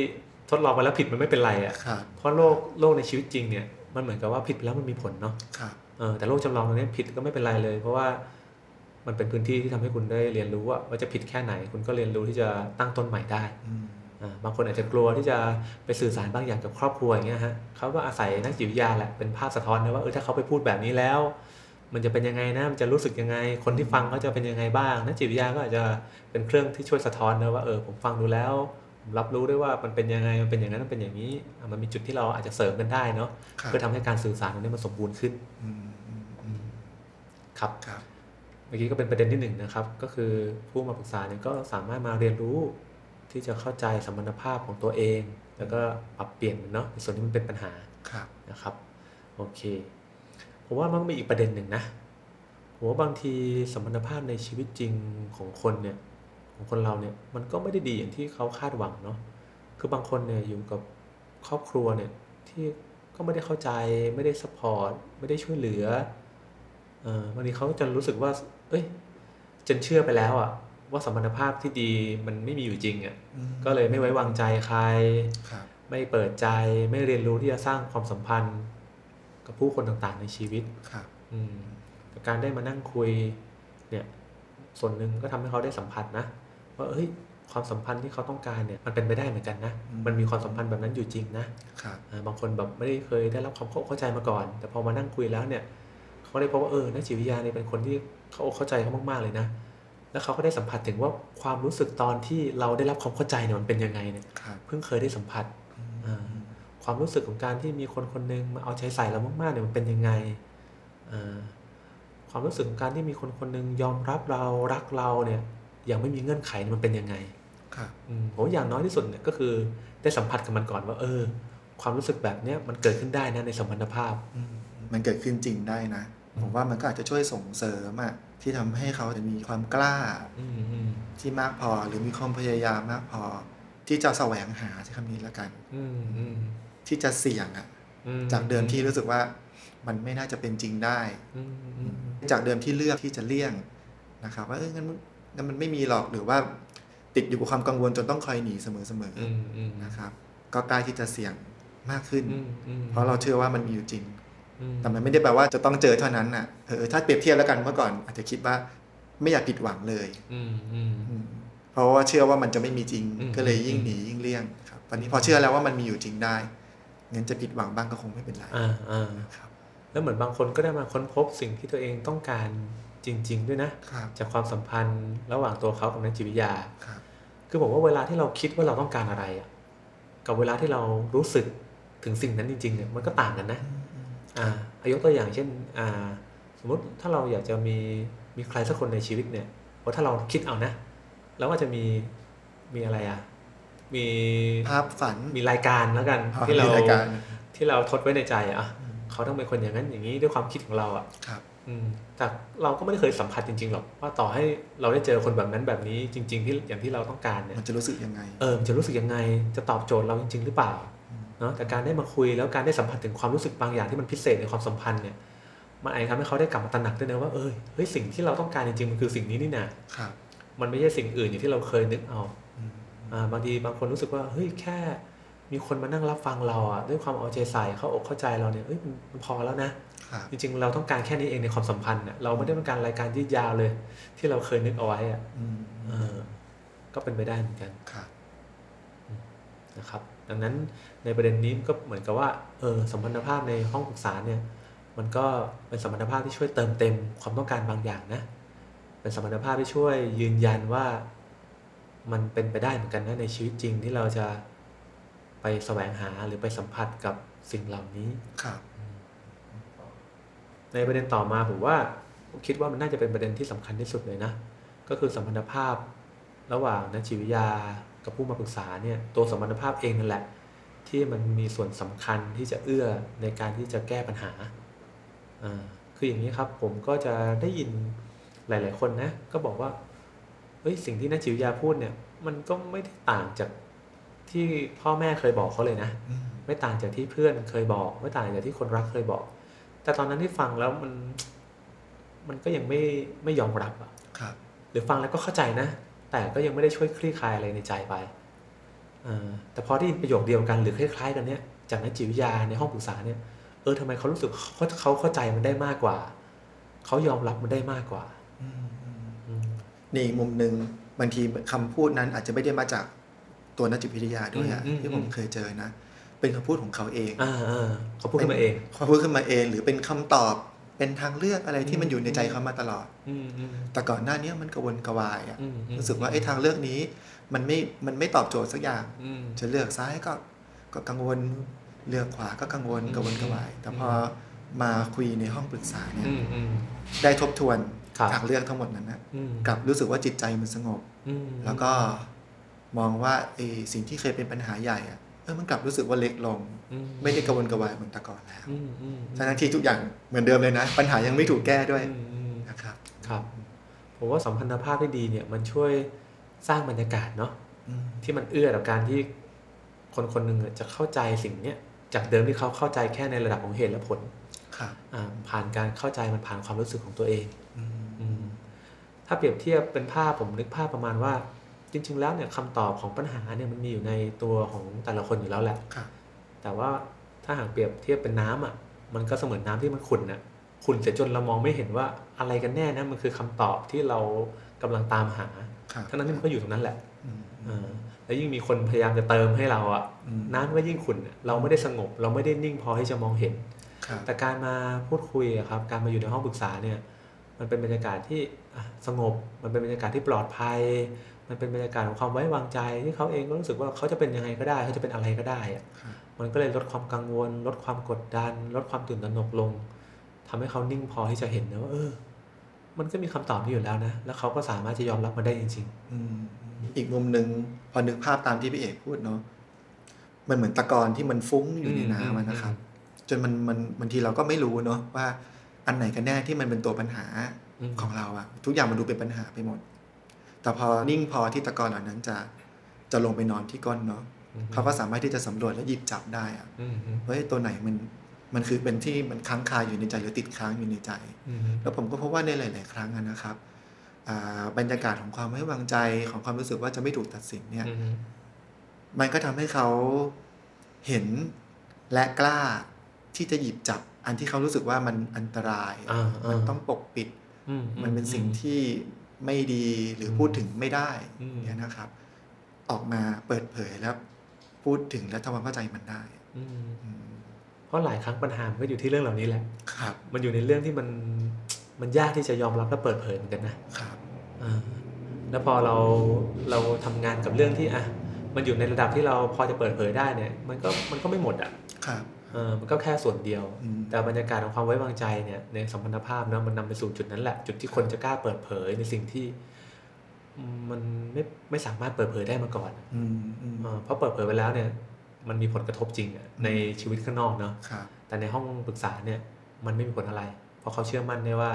Speaker 3: ทดลองไปแล้วผิดมันไม่เป็นไรอะ่ะ
Speaker 2: ครับ
Speaker 3: เพราะโลกโลกในชีวิตจริงเนี่ยมันเหมือนกับว่าผิดไปแล้วมันมีผลเนาะ
Speaker 2: ครับ
Speaker 3: เออแต่โลกจำลองตรงนี้ผิดก็ไม่เป็นไรเลย เพราะว่ามันเป็นพื้นที่ที่ทำให้คุณได้เรียนรู้ว่าว่าจะผิดแค่ไหน คุณก็เรียนรู้ที่จะตั้งต้นใหม่ได้
Speaker 2: อืม
Speaker 3: อ่าบางคนอาจจะกลัวที่จะไปสื่อสารบางอย่างกับครอบครัวอย่างเงี้ยฮะเขาก็อาศัยนักจิตวิทยาแหละเป็นภาพสะท้อนนะว่าเออถ้าเขาไปพูดแบบนี้แล้ว มันจะเป็นยังไงนะมันจะรู้สึกยังไง คนที่ฟังเขาจะเป็นยังไงบ้างนักจิตวิทยาก็อาจจะเป็นเครื่องที่ช่วยสะท้อนนะว่าเออผมฟังดูแล้วผมรับรู้ได้ว่ามันเป็นยังไงมันเป็นอย่างนั้นมันเป็นอย่างนี้อ่ะมันมีจุดที่เราอาจจะเสริมกันได้เนาะ
Speaker 2: ครับ
Speaker 3: เพื่อทำให้การสื่อสารตรงนี้มันสมบูรณ์ขึ้น
Speaker 2: อืมอืมอืม
Speaker 3: ครับ
Speaker 2: ครับ
Speaker 3: เมื่อกี้ก็เป็นประเด็นที่หนึ่งนะครับ ก็คือผู้มาปรึกษาเนี่ยก็สามารถมาเรียนรู้ ที่จะเข้าใจสมรรถภาพของตัวเอง แล้วก็ปรับเปลี่ยนมันเนาะในส่วนที่มันเป็นปัญหา
Speaker 2: ครับ
Speaker 3: นะครับโอเคผมว่ามันก็มีอีกประเด็นหนึ่งนะผมว่าบางทีสมรรถภาพในชีวิตจริงของคนเนี่ยของคนเราเนี่ยมันก็ไม่ได้ดีอย่างที่เขาคาดหวังเนาะคือบางคนเนี่ยอยู่กับครอบครัวเนี่ยที่ก็ไม่ได้เข้าใจไม่ได้สปอร์ตไม่ได้ช่วยเหลือ เออบางทีเขาจะรู้สึกว่า เอ้ยจนเชื่อไปแล้วอะว่าสมรรถภาพที่ดีมันไม่มีอยู่จริงอะ
Speaker 2: อืม
Speaker 3: ก็เลยไม่ไว้วางใจใคร
Speaker 2: ครับ
Speaker 3: ไม่เปิดใจ ไม่เรียนรู้ที่จะสร้างความสัมพันธ์ กับผู้คนต่างๆในชีวิต
Speaker 2: ครับ
Speaker 3: อืมแต่การได้มานั่งคุย เนี่ย ส่วนหนึ่งก็ทำให้เขาได้สัมผัสนะว่าเอ้ย ความสัมพันธ์ที่เขาต้องการเนี่ย มันเป็นไปได้เหมือนกันนะ มันมีความสัมพันธ์แบบนั้นอยู่จริงนะ
Speaker 2: ครับ
Speaker 3: อ่าบางคนแบบไม่ได้เคยได้รับความเข้าเข้าใจมาก่อน แต่พอมานั่งคุยแล้วเนี่ยเขาได้พบว่าเออนักจิตวิทยาเนี่ยเป็นคนที่เขาเข้าใจเขามากๆเลยนะ แล้วเขาก็ได้สัมผัสถึงว่าความรู้สึกตอนที่เราได้รับความเข้าใจเนี่ยมันเป็นยังไงเนี่ย
Speaker 2: ครับ
Speaker 3: เพิ่งเคยได้สัมผัส
Speaker 2: อืม
Speaker 3: อ่า ความรู้สึกของการที่มีคนคนหนึงมาเอาใจใส่เรามากๆเนี่ยมันเป็นยังไงอ่าความรู้สึกของการที่มีคนคนหนึงยอมรับเรารักเราเนี่ยอย่างไม่มีเงื่อนไขเนี่ยมันเป็นยังไง
Speaker 2: ครับ
Speaker 3: อืมผมว่าอย่างน้อยที่สุดเนี่ยก็คือได้สัมผัสกับมันก่อนว่า เออ ความรู้สึกแบบเนี้ยมันเกิดขึ้นได้นะในสัมพันธภาพ
Speaker 2: อืมมันเกิดขึ้นจริงได้นะ ผมว่ามันก็อาจจะช่วยส่งเสริมอะที่ทำให้เขาจะมีความกล้า
Speaker 3: อืมอืม
Speaker 2: ที่มากพอ หรือมีความพยายามมากพอ ที่จะแสวงหาใช้คำนี้ละกัน
Speaker 3: อืมอืม
Speaker 2: ที่จะเสี่ยงอะ
Speaker 3: อื
Speaker 2: จากเดิมที่รู้สึกว่ามันไม่น่าจะเป็นจริงได้
Speaker 3: อืมอืม
Speaker 2: จากเดิมที่เลือกที่จะเลี่ยงนะครับว่าเอองั้นมันงั้นมันไม่มีหรอกหรือว่า ติดอยู่กับความกังวลจนต้องคอยหนีเสมอ
Speaker 3: อืมอืม
Speaker 2: ๆนะครับ ก็กล้าที่จะเสี่ยงมากขึ้น
Speaker 3: อืมอืม
Speaker 2: เพราะเราเชื่อว่ามันมีอยู่จริง
Speaker 3: อืม
Speaker 2: แต่มันไม่ได้แปลว่าจะต้องเจอเท่านั้นน่ะ เออ ถ้าเปรียบเทียบแล้วกันเมื่อก่อนอาจจะคิดว่าไม่อยากผิดหวังเลย
Speaker 3: อืมอืม
Speaker 2: อืมเพราะว่าเชื่อว่ามันจะไม่มีจริง
Speaker 3: อืม
Speaker 2: ก็เลยยิ่งหนียิ่งเลี่ยงครับ ตอนนี้พอเชื่อแล้วว่ามันมีอยู่จริงได้งั้นจะผิดหวังบ้างก็คงไม่เป็นไร
Speaker 3: อ่าอ่า
Speaker 2: ครับ
Speaker 3: แล้วเหมือนบางคนก็ได้มาค้นพบสิ่งที่ตัวเองต้องการจริง ๆ ด้วยนะ
Speaker 2: ครับ
Speaker 3: จากความสัมพันธ์ระหว่างตัวเขากับนักจิตวิทยา
Speaker 2: ครับ
Speaker 3: คือผมว่าเวลาที่เราคิดว่าเราต้องการอะไรอะกับเวลาที่เรารู้สึกถึงสิ่งนั้นจริงๆเนี่ยมันก็ต่างกันนะ อ่าอ่ะยกตัวอย่างเช่นอ่าสมมติถ้าเราอยากจะมีมีใครสักคนในชีวิตเนี่ยเพราะถ้าเราคิดเอานะเราก็จะมีมีอะไรอ่ะมี
Speaker 2: ภาพฝัน
Speaker 3: มีรายการแล้วกัน
Speaker 2: อ๋อ
Speaker 3: ที่เรา
Speaker 2: ยการ
Speaker 3: ที่เราทดไว้ในใจอ่ะเขาต้องเป็นคนอย่างนั้นอย่างนี้ด้วยความคิดของเราอ่ะ
Speaker 2: ครับ
Speaker 3: อืมแต่เราก็ไม่ได้เคยสัมผัสจริงๆหรอกว่าต่อให้เราได้เจอคนแบบนั้นแบบนี้จริง ๆ ที่อย่างที่เราต้องการเนี่ย
Speaker 2: มันจะรู้สึกยังไง
Speaker 3: เออมันจะรู้สึกยังไง จะตอบโจทย์เราจริง ๆ หรือเปล่า เนาะแต่การได้มาคุยแล้วการได้สัมผัสถึงความรู้สึกบางอย่างที่มันพิเศษในความสัมพันธ์เนี่ย มันอาจจะทำให้เขาได้กลับมาตระหนักด้วยนะว่า เออเฮ้ย สิ่งที่เราต้องการจริงๆ มันคือสิ่งนี้นี่นะครับมันไม่ใช่สิ่งอื่นอย่างที่เราเคยนึกเอา
Speaker 2: อืม
Speaker 3: อ่า บางทีบางคนรู้สึกว่า เฮ้ย แค่ มีคนมานั่งรับฟังเราอะด้วยความเอาใจใส่เข้าอกเข้าใจเราเนี่ย เอ้ย มันมันพอแล้วนะ
Speaker 2: ครับ
Speaker 3: จริงๆ เราต้องการแค่นี้เองในความสัมพันธ์น่ะเราไม่ได้ต้องการรายการยืดยาวเลย ที่เราเคยนึกเอาไว้อะ
Speaker 2: อืม
Speaker 3: เออก็เป็นไปได้เหมือนกัน
Speaker 2: ครับ
Speaker 3: นะครับดังนั้นในประเด็นนี้ก็เหมือนกับว่าเออสัมพันธภาพในห้องปรึกษาเนี่ย มันก็เป็นสมรรถภาพที่ช่วยเติมเต็มความต้องการบางอย่างนะ เป็นสมรรถภาพที่ช่วยยืนยันว่ามันเป็นไปได้เหมือนกันนะในชีวิตจริงที่เราจะไปแสวงหาหรือไปสัมผัสกับสิ่งเหล่านี้
Speaker 2: ครับ
Speaker 3: ในประเด็นต่อมาผมว่าผมคิดว่ามันน่าจะเป็นประเด็นที่สำคัญที่สุดเลยนะ ก็คือสัมพันธภาพระหว่างนักจิตวิทยากับผู้มาปรึกษาเนี่ยตัวสัมพันธภาพเองนั่นแหละ ที่มันมีส่วนสำคัญที่จะเอื้อในการที่จะแก้ปัญหาอ่าคืออย่างนี้ครับผมก็จะได้ยินหลาย ๆ คนนะก็บอกว่าเฮ้ยสิ่งที่นักจิตวิทยาพูดเนี่ยมันก็ไม่ได้ต่างจากที่พ่อแม่เคยบอกเขาเลยนะ
Speaker 2: อืม
Speaker 3: ไม่ต่างจากที่เพื่อนเคยบอก ไม่ต่างจากที่คนรักเคยบอก แต่ตอนนั้นที่ฟังแล้วมัน มันก็ยังไม่ไม่ยอมรับอะ
Speaker 2: ครับ
Speaker 3: หรือฟังแล้วก็เข้าใจนะ แต่ก็ยังไม่ได้ช่วยคลี่คลายอะไรในใจไปเออแต่พอได้ยินประโยคเดียวกันหรือคล้ายๆกันเนี้ยจากนักจิตวิทยาในห้องปรึกษาเนี่ยเออทำไมเขารู้สึกเขาเขาเข้าใจมันได้มากกว่า เขายอมรับมันได้มากกว่าอืม
Speaker 2: ในอีกมุมหนึ่งบางทีคำพูดนั้นอาจจะไม่ได้มาจากตัวนักจิตวิทยาด้วยอะ
Speaker 3: อืมอืม
Speaker 2: ที่ผมเคยเจอนะ เป็นคำพูดของเขาเอง
Speaker 3: อ่าอ่าเขาพูดขึ้นมาเอง
Speaker 2: เขาพูดขึ้นมาเองหรือเป็นคำตอบเป็นทางเลือกอะไร
Speaker 3: อื
Speaker 2: ที่
Speaker 3: ม
Speaker 2: มันอยู่ในใจเขามาตลอด
Speaker 3: อืมอืม
Speaker 2: แต่ก่อนหน้านี้มันกระวนกระวายอะ
Speaker 3: อืมอืม
Speaker 2: รู้สึกว่าไอ้ทางเลือกนี้ มันไม่มันไม่ตอบโจทย์สักอย่าง
Speaker 3: อืม
Speaker 2: จะเลือกซ้ายก็ก็กังวลเลือกขวาก็กังวล
Speaker 3: อืม
Speaker 2: กังวลกระวาย แต่พออมาคุยในห้องปรึกษาเนี่ย
Speaker 3: อืมอืม
Speaker 2: ได้ทบทวน
Speaker 3: ครับ
Speaker 2: ทางเลือกทั้งหมดนั้นนะ
Speaker 3: อืม
Speaker 2: กลับรู้สึกว่าจิตใจมันสงบ
Speaker 3: อืม
Speaker 2: แล้วก็มองว่าไอ้สิ่งที่เคยเป็นปัญหาใหญ่อะเออมันกลับรู้สึกว่าเล็กลง
Speaker 3: อื
Speaker 2: ไม่ได้กังวลกระวายเหมือนแต่ก่อนแล้ว
Speaker 3: อืมอืมอืม
Speaker 2: ทั้งๆที่ทุกอย่างเหมือนเดิมเลยนะ ปัญหายังไม่ถูกแก้ด้วย
Speaker 3: อืมอืม
Speaker 2: นะครับ
Speaker 3: ครับ ผมว่าสัมพันธภาพที่ดีเนี่ย มันช่วยสร้างบรรยากาศเนาะ
Speaker 2: อืม
Speaker 3: ที่มันเอื้อต่อการที่คนคนหนึ่งอะจะเข้าใจสิ่งเนี้ยจากเดิมที่เขาเข้าใจแค่ในระดับของเหตุและผล
Speaker 2: ครับ
Speaker 3: อ่าผ่านการเข้าใจมันผ่านความรู้สึกของตัวเอง
Speaker 2: อืม
Speaker 3: อืมถ้าเปรียบเทียบเป็นภาพผมนึกภาพประมาณว่า จริง ๆ แล้วเนี่ยคำตอบของปัญหาเนี่ยมันมีอยู่ในตัวของแต่ละคนอยู่แล้วแหละ
Speaker 2: ครับ
Speaker 3: แต่ว่าถ้าหากเปรียบเทียบเป็นน้ำอ่ะ มันก็เสมือนน้ำที่มันขุ่นน่ะขุ่นเสียจนเรามองไม่เห็นว่าอะไรกันแน่นะมันคือคำตอบที่เรากำลังตามหา
Speaker 2: ครับ
Speaker 3: ทั้งนั้นที่มันก็อยู่ตรงนั้นแหละ
Speaker 2: อืม
Speaker 3: เออแล้วยิ่งมีคนพยายามจะเติมให้เราอ่ะ
Speaker 2: อืม
Speaker 3: น้ำก็ยิ่งขุ่นน่ะเราไม่ได้สงบ เราไม่ได้นิ่งพอที่จะมองเห็น
Speaker 2: ครับ
Speaker 3: แต่การมาพูดคุยอะครับ การมาอยู่ในห้องปรึกษาเนี่ย มันเป็นบรรยากาศที่อ่ะสงบ มันเป็นบรรยากาศที่ปลอดภัย มันเป็นบรรยากาศของความไว้วางใจที่เขาเองก็รู้สึกว่าเขาจะเป็นยังไงก็ได้เขาจะเป็นอะไรก็ได้อะ
Speaker 2: ครับ
Speaker 3: มันก็เลยลดความกังวล ลดความกดดัน ลดความตื่นตระหนกลงทำให้เขานิ่งพอที่จะเห็นนะว่าเออ มันก็มีคำตอบนี้อยู่แล้วนะ แล้วเขาก็สามารถจะยอมรับมันได้จริง
Speaker 2: อืมอีกมุมหนึ่งพอนึกภาพตามที่พี่เอกพูดเนาะมันเหมือนตะกอนที่มันฟุ้งอยู่ในน้ำอะนะครับ จนมันมันบางทีเราก็ไม่รู้เนาะว่าอันไหนกันแน่ที่มันเป็นตัวปัญหา
Speaker 3: อืม
Speaker 2: ของเราอะทุกอย่างมันดูเป็นปัญหาไปหมด แต่พอนิ่งพอที่ตะกอนเหล่านั้นจะจะลงไปนอนที่ก้นเนาะ
Speaker 3: ๆอืม
Speaker 2: เขาก็สามารถที่จะสำรวจและหยิบจับได้อะ
Speaker 3: อืมอืม
Speaker 2: เฮ้ยตัวไหนมันมันคือเป็นที่มันค้างคาอยู่ในใจหรือติดค้างอยู่ในใจ
Speaker 3: อืม
Speaker 2: แล้วผมก็พบว่าในหลาย ๆ ครั้งอะนะครับอ่าบรรยากาศของความไว้วางใจของความรู้สึกว่าจะไม่ถูกตัดสินเนี่ย
Speaker 3: อืม
Speaker 2: มันก็ทำให้เขาเห็นและกล้าที่จะหยิบจับอันที่เขารู้สึกว่ามันอันตราย
Speaker 3: อ่าอ่า
Speaker 2: มันต้องปกปิด
Speaker 3: อือื
Speaker 2: มันเป็นสิ่งที่ไม่ดีหรืออ
Speaker 3: ม
Speaker 2: พูดถึงไม่ได้
Speaker 3: อืม
Speaker 2: เนี่ยนะครับ ออกมาเปิดเผยแล้วพูดถึงและทำความเข้าใจมันได้
Speaker 3: อืม
Speaker 2: อืม
Speaker 3: เพราะหลายครั้งปัญหามันก็อยู่ที่เรื่องเหล่านี้แหละ
Speaker 2: ครับ
Speaker 3: มันอยู่ในเรื่องที่มันมันยากที่จะยอมรับและเปิดเผยเหมือนกันนะ
Speaker 2: ครับ
Speaker 3: อ่าแล้วพอเราเราทำงานกับเรื่องที่อ่ะมันอยู่ในระดับที่เราพอจะเปิดเผยได้เนี่ย มันก็มันก็ไม่หมดอ่ะ
Speaker 2: ครับ
Speaker 3: เออมันก็แค่ส่วนเดียว
Speaker 2: อืม
Speaker 3: แต่บรรยากาศของความไว้วางใจเนี่ยในสัมพันธภาพเนอะมันนำไปสู่จุดนั้นแหละ จุดที่คนจะกล้าเปิดเผยในสิ่งที่อืมมันไม่ไม่สามารถเปิดเผยได้มาก่อน
Speaker 2: อืมอืม
Speaker 3: เออเพราะเปิดเผยไปแล้วเนี่ย มันมีผลกระทบจริงอะในชีวิตข้างนอกเนาะ
Speaker 2: ครับ
Speaker 3: แต่ในห้องปรึกษาเนี่ยมันไม่มีผลอะไร เพราะเขาเชื่อมั่นได้ว่า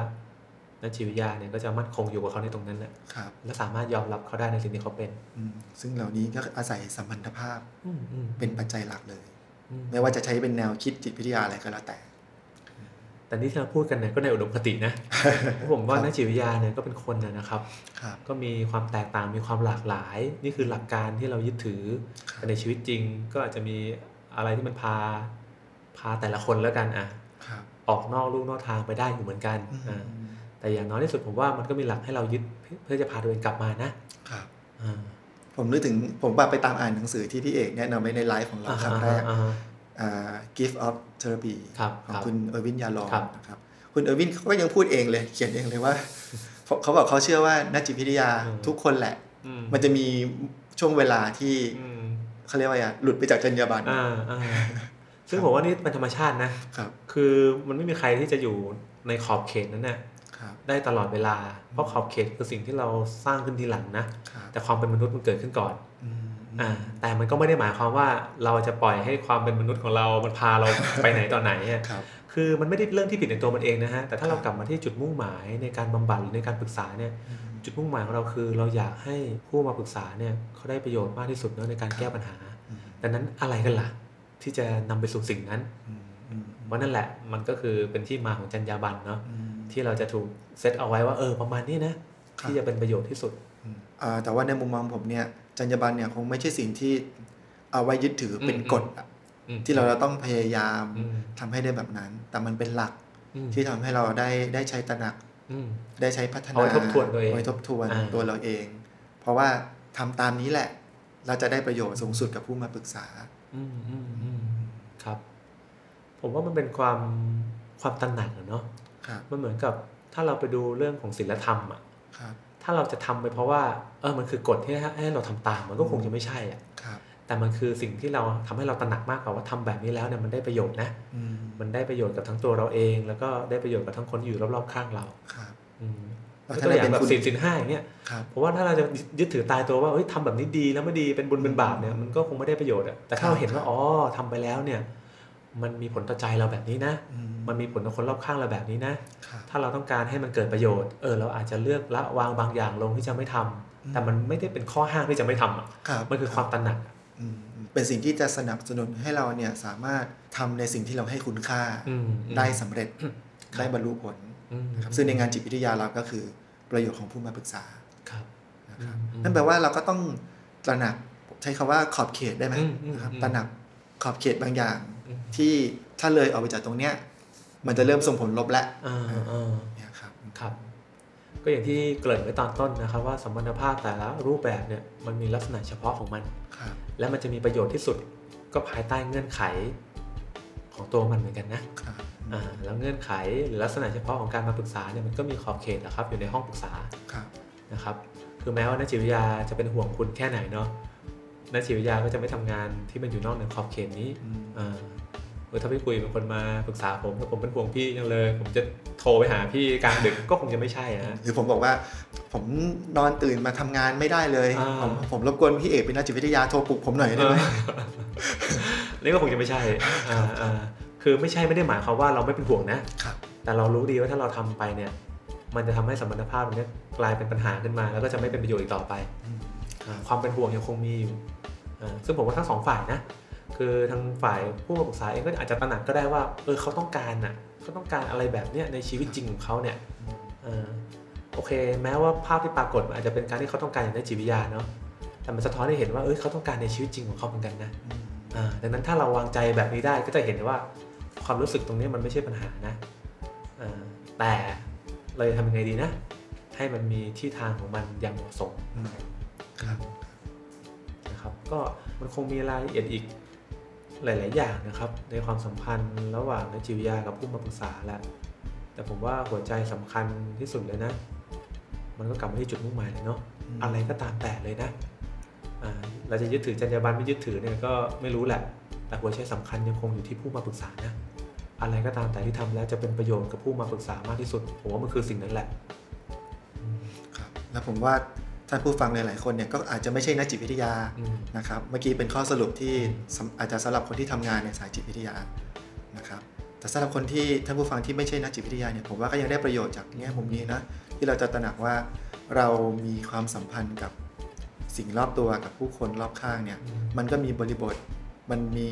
Speaker 3: นักจิตวิทยาเนี่ยก็จะมั่นคงอยู่กับเขาในตรงนั้นแหละ
Speaker 2: ครับ
Speaker 3: และสามารถยอมรับเขาได้ในสิ่งที่เขาเป็น
Speaker 2: อืมซึ่งเหล่านี้ก็อาศัยสัมพันธภาพเป็นปัจจัยหลักเลย
Speaker 3: อืม
Speaker 2: ไม่ว่าจะใช้เป็นแนวคิดจิตวิทยาอะไรก็แล้วแต่
Speaker 3: แต่นี่ที่เราพูดกันเนี่ยก็ในอุดมคตินะ เพราะผมว่านักจิตวิทยาเนี่ยก็เป็นคนนะนะครับ
Speaker 2: ครับ
Speaker 3: ก็มีความแตกต่างมีความหลากหลาย นี่คือหลักการที่เรายึดถือ
Speaker 2: ครับ
Speaker 3: แต่ในชีวิตจริง ก็อาจจะมีอะไรที่มันพาพาแต่ละคนแล้วกันอ่ะ
Speaker 2: ครับ
Speaker 3: ออกนอกลูกนอกทางไปได้อยู่เหมือนกันอ่าแต่อย่างน้อยที่สุดผมว่ามันก็มีหลักให้เรายึดเพื่อเพื่อจะพาตัวเองกลับมานะครับ อ่า
Speaker 2: ผมนึกถึงผมว่าไปตามอ่านหนังสือที่พี่เอกแนะนำไว้ในไลฟ์ของเราครั้งแรก
Speaker 3: อ่าอ่า
Speaker 2: อ่า gift of therapy
Speaker 3: ครับ
Speaker 2: ของ
Speaker 3: ครับ
Speaker 2: คุณเออร์วินยาลอง
Speaker 3: ครับ
Speaker 2: นะครับคุณเออร์วินเขาก็ยังพูดเองเลย เขียนเองเลยว่า เขาเขาบอกเขาเชื่อว่านักจิตวิทยา
Speaker 3: อืม
Speaker 2: ทุกคนแหละ
Speaker 3: อืม
Speaker 2: มันจะมีช่วงเวลาที่
Speaker 3: อืม
Speaker 2: เขาเรียกว่าอะไรอะหลุดไปจากจรรยาบรรณ
Speaker 3: อ่าอ่าซึ่งผมว่านี่เป็นธรรมชาตินะ
Speaker 2: ครับ
Speaker 3: คือมันไม่มีใครที่จะอยู่ในขอบเขตนั้นน่ะ
Speaker 2: ครับ
Speaker 3: ได้ตลอดเวลา เพราะขอบเขตคือสิ่งที่เราสร้างขึ้นทีหลังนะ
Speaker 2: ครับ
Speaker 3: แต่ความเป็นมนุษย์มันเกิดขึ้นก่อน
Speaker 2: อืม
Speaker 3: อ่า แต่มันก็ไม่ได้หมายความว่าเราจะปล่อยให้ความเป็นมนุษย์ของเรา มันพาเรา ไปไหนต่อไหนอะ
Speaker 2: ครับ
Speaker 3: คือมันไม่ได้เรื่องที่ผิดในตัวมันเองนะฮะ แต่ถ้าเรา
Speaker 2: ครับ
Speaker 3: กลับมาที่จุดมุ่งหมายในการบำบัดหรือในการปรึกษาเนี่ย
Speaker 2: อืม
Speaker 3: จุดมุ่งหมายของเราคือ เราอยากให้ผู้มาปรึกษาเนี่ยเขาได้ประโยชน์มากที่สุดเนอะในการแก้ปัญหา
Speaker 2: อืม
Speaker 3: ดังนั้นอะไรกันล่ะ ที่จะนำไปสู่สิ่งนั้น
Speaker 2: อืมอืม
Speaker 3: ว่าะนั่นแหละ มันก็คือเป็นที่มาของจรรยาบรรณเนาะ
Speaker 2: อืม
Speaker 3: ที่เราจะถูกเซตเอาไว้ว่าเออประมาณนี้นะครับ ที่จะเป็นประโยชน์ที่สุด
Speaker 2: อืมอ่าแต่ว่าในมุมมองผมเนี่ยจรรยาบรรณเนี่ยคงไม่ใช่สิ่งที่เอาไว้ยึดถือเป็น
Speaker 3: อืม
Speaker 2: กฎอะ
Speaker 3: อืม
Speaker 2: ที่เราจะต้องพยายาม
Speaker 3: อืม
Speaker 2: ทำให้ได้แบบนั้น แต่มันเป็นหลัก
Speaker 3: อืม
Speaker 2: ที่ทำให้เราได้ได้ใช้ตระหนัก
Speaker 3: อืม
Speaker 2: ได้ใช้พัฒนา
Speaker 3: เอาไว้ทบทวนตัวเอง
Speaker 2: าไว้ทบทวน
Speaker 3: อ่า
Speaker 2: ตัวเราเอง เพราะว่าทำตามนี้แหละ เราจะได้ประโยชน์สูงสุดกับผู้มาปรึกษา
Speaker 3: อืมอืมอืมครับ ผมว่ามันเป็นความความตระหนักอะเนาะ
Speaker 2: ครับ
Speaker 3: มันเหมือนกับถ้าเราไปดูเรื่องของศิลธรรมอ่ะ
Speaker 2: ครับ
Speaker 3: ถ้าเราจะทำไปเพราะว่าเออมันคือกฎที่ให้เราทำตามมันก็คงจะไม่ใช่อ่ะ
Speaker 2: ครับ
Speaker 3: แต่มันคือสิ่งที่เราทำให้เราตระหนักมากกว่าว่าทำแบบนี้แล้วเนี่ยมันได้ประโยชน์นะ
Speaker 2: อืม
Speaker 3: มันได้ประโยชน์กับทั้งตัวเราเอง แล้วก็ได้ประโยชน์กับทั้งคนที่อยู่รอบๆข้างเรา
Speaker 2: ครับ
Speaker 3: อืม
Speaker 2: แล้ว
Speaker 3: ยก
Speaker 2: ถ้า
Speaker 3: ตัวอย่า
Speaker 2: ได้เป็
Speaker 3: ง
Speaker 2: น
Speaker 3: แบบ
Speaker 2: คุณ
Speaker 3: สินสินห้าอย่างเนี้ย
Speaker 2: ครับ
Speaker 3: ผมว่าถ้าเราจะยึดถือตายตัวว่าเฮ้ยทำแบบนี้ดีแล้วไม่ดีเป็นบุญเป็นบาปเนี่ยมันก็คงไม่ได้ประโยชน์อะแต่ถ้าเราเห็นว่าอ๋อทำไปแล้วเนี่ย มันมีผลต่อใจเราแบบนี้นะ
Speaker 2: อืม
Speaker 3: มันมีผลต่อคนรอบข้างเราแบบนี้นะ
Speaker 2: ครับ
Speaker 3: ถ้าเราต้องการให้มันเกิดประโยชน์ เออ เราอาจจะเลือกละวางบางอย่างลงที่จะไม่ทำ
Speaker 2: อืม
Speaker 3: แต่มันไม่ได้เป็นข้อห้ามที่จะไม่ทำอะ
Speaker 2: ครับ
Speaker 3: มันคือความตระหนักอะ
Speaker 2: อืมเป็นสิ่งที่จะสนับสนุนให้เราเนี่ยสามารถทำในสิ่งที่เราให้คุณค่า
Speaker 3: อืม
Speaker 2: ได้สำเร็จ ได้บรรลุผล
Speaker 3: อืม
Speaker 2: นะครับซึ่งในงานจิตวิทยาเราก็คือประโยชน์ของผู้มาปรึกษา
Speaker 3: ครับ
Speaker 2: นะครับ
Speaker 3: อืม
Speaker 2: นั่นแปลว่าเราก็ต้องตระหนักใช้คำว่าขอบเขตได้ไหม
Speaker 3: อืมอืม
Speaker 2: นะครับ
Speaker 3: อืม
Speaker 2: ตระหนักขอบเขตบางอย่าง
Speaker 3: อืม
Speaker 2: ที่ถ้าเลยออกไปจากตรงเนี้ยมันจะเริ่มส่งผลลบแล้ว
Speaker 3: อ่าอ่า
Speaker 2: เนี่ยครับ
Speaker 3: ครับก็อย่างที่เกริ่นไว้ตอนต้นนะครับว่าสัมพันธภาพแต่ละรูปแบบเนี่ยมันมีลักษณะเฉพาะของมัน
Speaker 2: ครับ
Speaker 3: และมันจะมีประโยชน์ที่สุดก็ภายใต้เงื่อนไขของตัวมันเหมือนกันนะครับ อ่าแล้วเงื่อนไขหรือลักษณะเฉพาะของการมาปรึกษาเนี่ยมันก็มีขอบเขตนะครับอยู่ในห้องปรึกษา
Speaker 2: ครับ
Speaker 3: นะครับคือแม้ว่านักจิตวิทยาจะเป็นห่วงคุณแค่ไหนเนาะนักจิตวิทยาก็จะไม่ทำงานที่มันอยู่นอกเหนือขอบเขตนี้
Speaker 2: อืม
Speaker 3: อ่าเออถ้าพี่คุยเป็นคนมาปรึกษาผมแล้วผมเป็นห่วงพี่จังเลย ผมจะโทรไปหาพี่กลางดึกก็คงจะไม่ใช่นะฮะ
Speaker 2: หรือผมบอกว่า ผมนอนตื่นมาทำงานไม่ได้เลย
Speaker 3: อ่า
Speaker 2: ผมผมรบกวนพี่เอกเป็นนักจิตวิทยาโทรปลุกผมหน่อยได้ไหม
Speaker 3: เออ นี่ก็คงจะไม่ใช่อ่าอ่าคือไม่ใช่ไม่ได้หมายความว่าเราไม่เป็นห่วงนะ
Speaker 2: ครับ
Speaker 3: แต่เรารู้ดีว่าถ้าเราทำไปเนี่ย มันจะทำให้สมรรถภาพตรงเนี้ยกลายเป็นปัญหาขึ้นมา แล้วก็จะไม่เป็นประโยชน์อีกต่อไป
Speaker 2: อืมครับ
Speaker 3: ความเป็นห่วงยังคงมีอยู่อ่าซึ่งผมว่าทั้งสองฝ่ายนะ คือทางฝ่ายผู้ปรึกษาเองก็อาจจะตระหนักก็ได้ว่า เออเขาต้องการน่ะเขาต้องการอะไรแบบเนี้ยในชีวิตจริงของเขาเนี่ย เอ่อโอเค แม้ว่าภาพที่ปรากฏมันอาจจะเป็นการที่เขาต้องการอย่างได้จิตวิทยาเนาะแต่มันสะท้อนให้เห็นว่าเอ้ยเขาต้องการในชีวิตจริงของเขาเหมือนกันนะ
Speaker 2: อืม
Speaker 3: อ่าดังนั้นถ้าเราวางใจแบบนี้ได้ก็จะเห็นได้ว่าความรู้สึกตรงนี้มันไม่ใช่ปัญหานะอ่าแต่เราจะทำยังไงดีนะ ให้มันมีที่ทางของมันอย่างเหมาะสม
Speaker 2: อืมครับ
Speaker 3: นะครับ ก็มันคงมีรายละเอียดอีกหลาย ๆ อย่างนะครับ ในความสัมพันธ์ระหว่างนักจิตวิทยากับผู้มาปรึกษาแหละแต่ผมว่าหัวใจสำคัญที่สุดเลยนะ มันก็กลับมาที่จุดมุ่งหมายเลยเนาะ
Speaker 2: ม
Speaker 3: อะไรก็ตามแต่เลยนะอ่าเราจะยึดถือจรรยาบรรณไม่ยึดถือเนี่ยก็ไม่รู้แหละ แต่หัวใจสำคัญยังคงอยู่ที่ผู้มาปรึกษานะ อะไรก็ตามแต่ที่ทำแล้วจะเป็นประโยชน์กับผู้มาปรึกษามากที่สุด ผมว่ามันคือสิ่งนั้นแหละ
Speaker 2: ครับ แล้วผมว่าท่านผู้ฟังหลายๆคนเนี่ยก็อาจจะไม่ใช่นักจิตวิทยา
Speaker 3: อืม
Speaker 2: นะครับเมื่อกี้เป็นข้อสรุปที่สำอาจจะสำหรับคนที่ทำงานในสายจิตวิทยานะครับแต่สำหรับคนที่ท่านผู้ฟังที่ไม่ใช่นักจิตวิทยาเนี่ยผมว่าก็ยังได้ประโยชน์จากแง่มุมนี้นะที่เราจะตระหนักว่าเรามีความสัมพันธ์กับสิ่งรอบตัวกับผู้คนรอบข้างเนี่ย
Speaker 3: อืม
Speaker 2: มันก็มีบริบทมันมี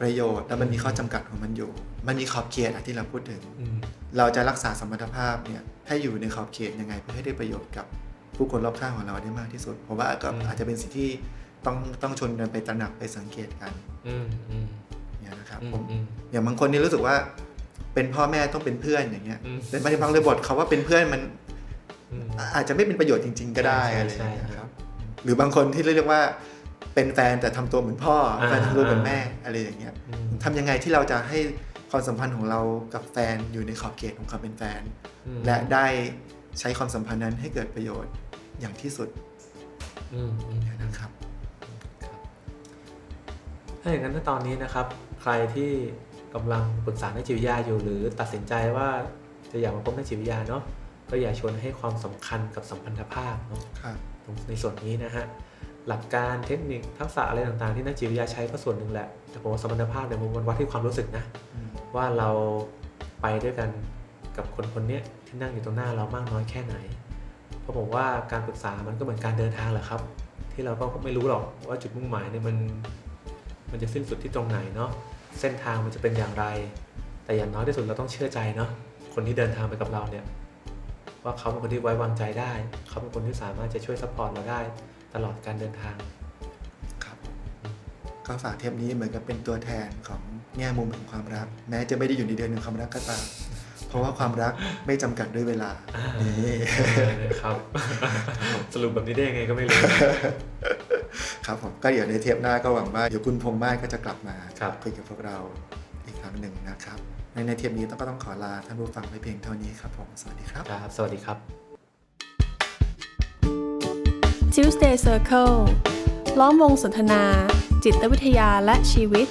Speaker 2: ประโยชน์ และมันมีข้อจำกัดของมันอยู่ มันมีขอบเขตอะที่เราพูดถึง
Speaker 3: อืม
Speaker 2: เราจะรักษาสมรรถภาพเนี่ยให้อยู่ในขอบเขตยังไงเพื่อให้ได้ประโยชน์กับผู้คนรอบข้างของเราได้มากที่สุดผมว่าก็
Speaker 3: อืม
Speaker 2: อาจจะเป็นสิ่งที่ต้องต้องชวนกันไปตระหนักไปสังเกตกัน
Speaker 3: อืมอืม
Speaker 2: เนี่ยนะครับ
Speaker 3: อื
Speaker 2: ผม
Speaker 3: มอืม
Speaker 2: อย่างบางคนนี่รู้สึกว่าเป็นพ่อแม่ต้องเป็นเพื่อนอย่างเงี้ย
Speaker 3: อืม
Speaker 2: แต่บางทีบางเลยบทเขาว่าเป็นเพื่อนมัน
Speaker 3: อืม
Speaker 2: อาจจะไม่เป็นประโยชน์จริง ๆ ก็ได้
Speaker 3: ใช่
Speaker 2: อะไร
Speaker 3: ใช่
Speaker 2: อย่างเงี้ย
Speaker 3: ใช่
Speaker 2: ครับ หรือบางคนที่เรียกว่า เป็นแฟนแต่ทำตัวเหมือนพ่อ
Speaker 3: อ่า
Speaker 2: แฟนทำตัวเหมือน
Speaker 3: อ่า
Speaker 2: แม่อะไรอย่างเงี้ย
Speaker 3: อืม
Speaker 2: ทำยังไงที่เราจะให้ความสัมพันธ์ของเรากับแฟนอยู่ในขอบเขตของความเป็นแฟน
Speaker 3: อืม
Speaker 2: และได้ใช้ความสัมพันธ์นั้นให้เกิดประโยชน์อย่างที่สุด
Speaker 3: อืมอืม
Speaker 2: นะครับ
Speaker 3: ถ้าอย่างนั้นถ้าตอนนี้นะครับ ใครที่กำลังปรึกษานักจิตวิทยาอยู่หรือตัดสินใจว่าจะอยากมาพบนักจิตวิทยาเนาะก็อยากชวนให้ความสำคัญกับสัมพันธภาพเนาะ
Speaker 2: ครับ
Speaker 3: ตรงในส่วนนี้นะฮะหลักการเทคนิคทักษะอะไรต่างๆที่นักจิตวิทยาใช้ก็ส่วนหนึ่งแหละแต่ผมว่าสัมพันธภาพเนี่ยมันวัดที่ความรู้สึกนะ
Speaker 2: อืม
Speaker 3: ว่าเราไปด้วยกันกับคนคนเนี้ยที่นั่งอยู่ตรงหน้าเรามากน้อยแค่ไหน เพราะผมว่าการปรึกษามันก็เหมือนการเดินทางแหละครับ ที่เราก็ไม่รู้หรอกว่าจุดมุ่งหมายเนี่ยมันมันจะสิ้นสุดที่ตรงไหนเนาะเส้นทางมันจะเป็นอย่างไร แต่อย่างน้อยที่สุดเราต้องเชื่อใจเนาะคนที่เดินทางไปกับเราเนี่ยว่าเขาเป็นคนที่ไว้วางใจได้ เขาเป็นคนที่สามารถจะช่วยซัพพอร์ตเราได้ตลอดการเดินทาง
Speaker 2: ครับก็ฝากเทปนี้เหมือนกับเป็นตัวแทนของแง่มุมแห่งความรัก แม้จะไม่ได้อยู่ในเดือนแห่งความรักก็ตามเพราะว่าความรักไม่จำกัดด้วยเวลา
Speaker 3: อ่า
Speaker 2: นี่
Speaker 3: นะครับ สรุปแบบนี้ได้ยังไงก็ไม่รู้
Speaker 2: ครับผมก็เดี๋ยวในเทปหน้าก็หวังว่าเดี๋ยวคุณพรหมมาศก็จะกลับมา
Speaker 3: ครับ
Speaker 2: คุยกับพวกเราอีกครั้งหนึ่งนะครับ ในในเทปนี้ต้องก็ต้องขอลาท่านผู้ฟังไปเพียงเท่านี้ครับผมสวัสดีครับ
Speaker 3: ครับสวัสดีครับ
Speaker 1: Tuesday Circle ล้อมวงสนทนา จิตวิทยาและชีวิต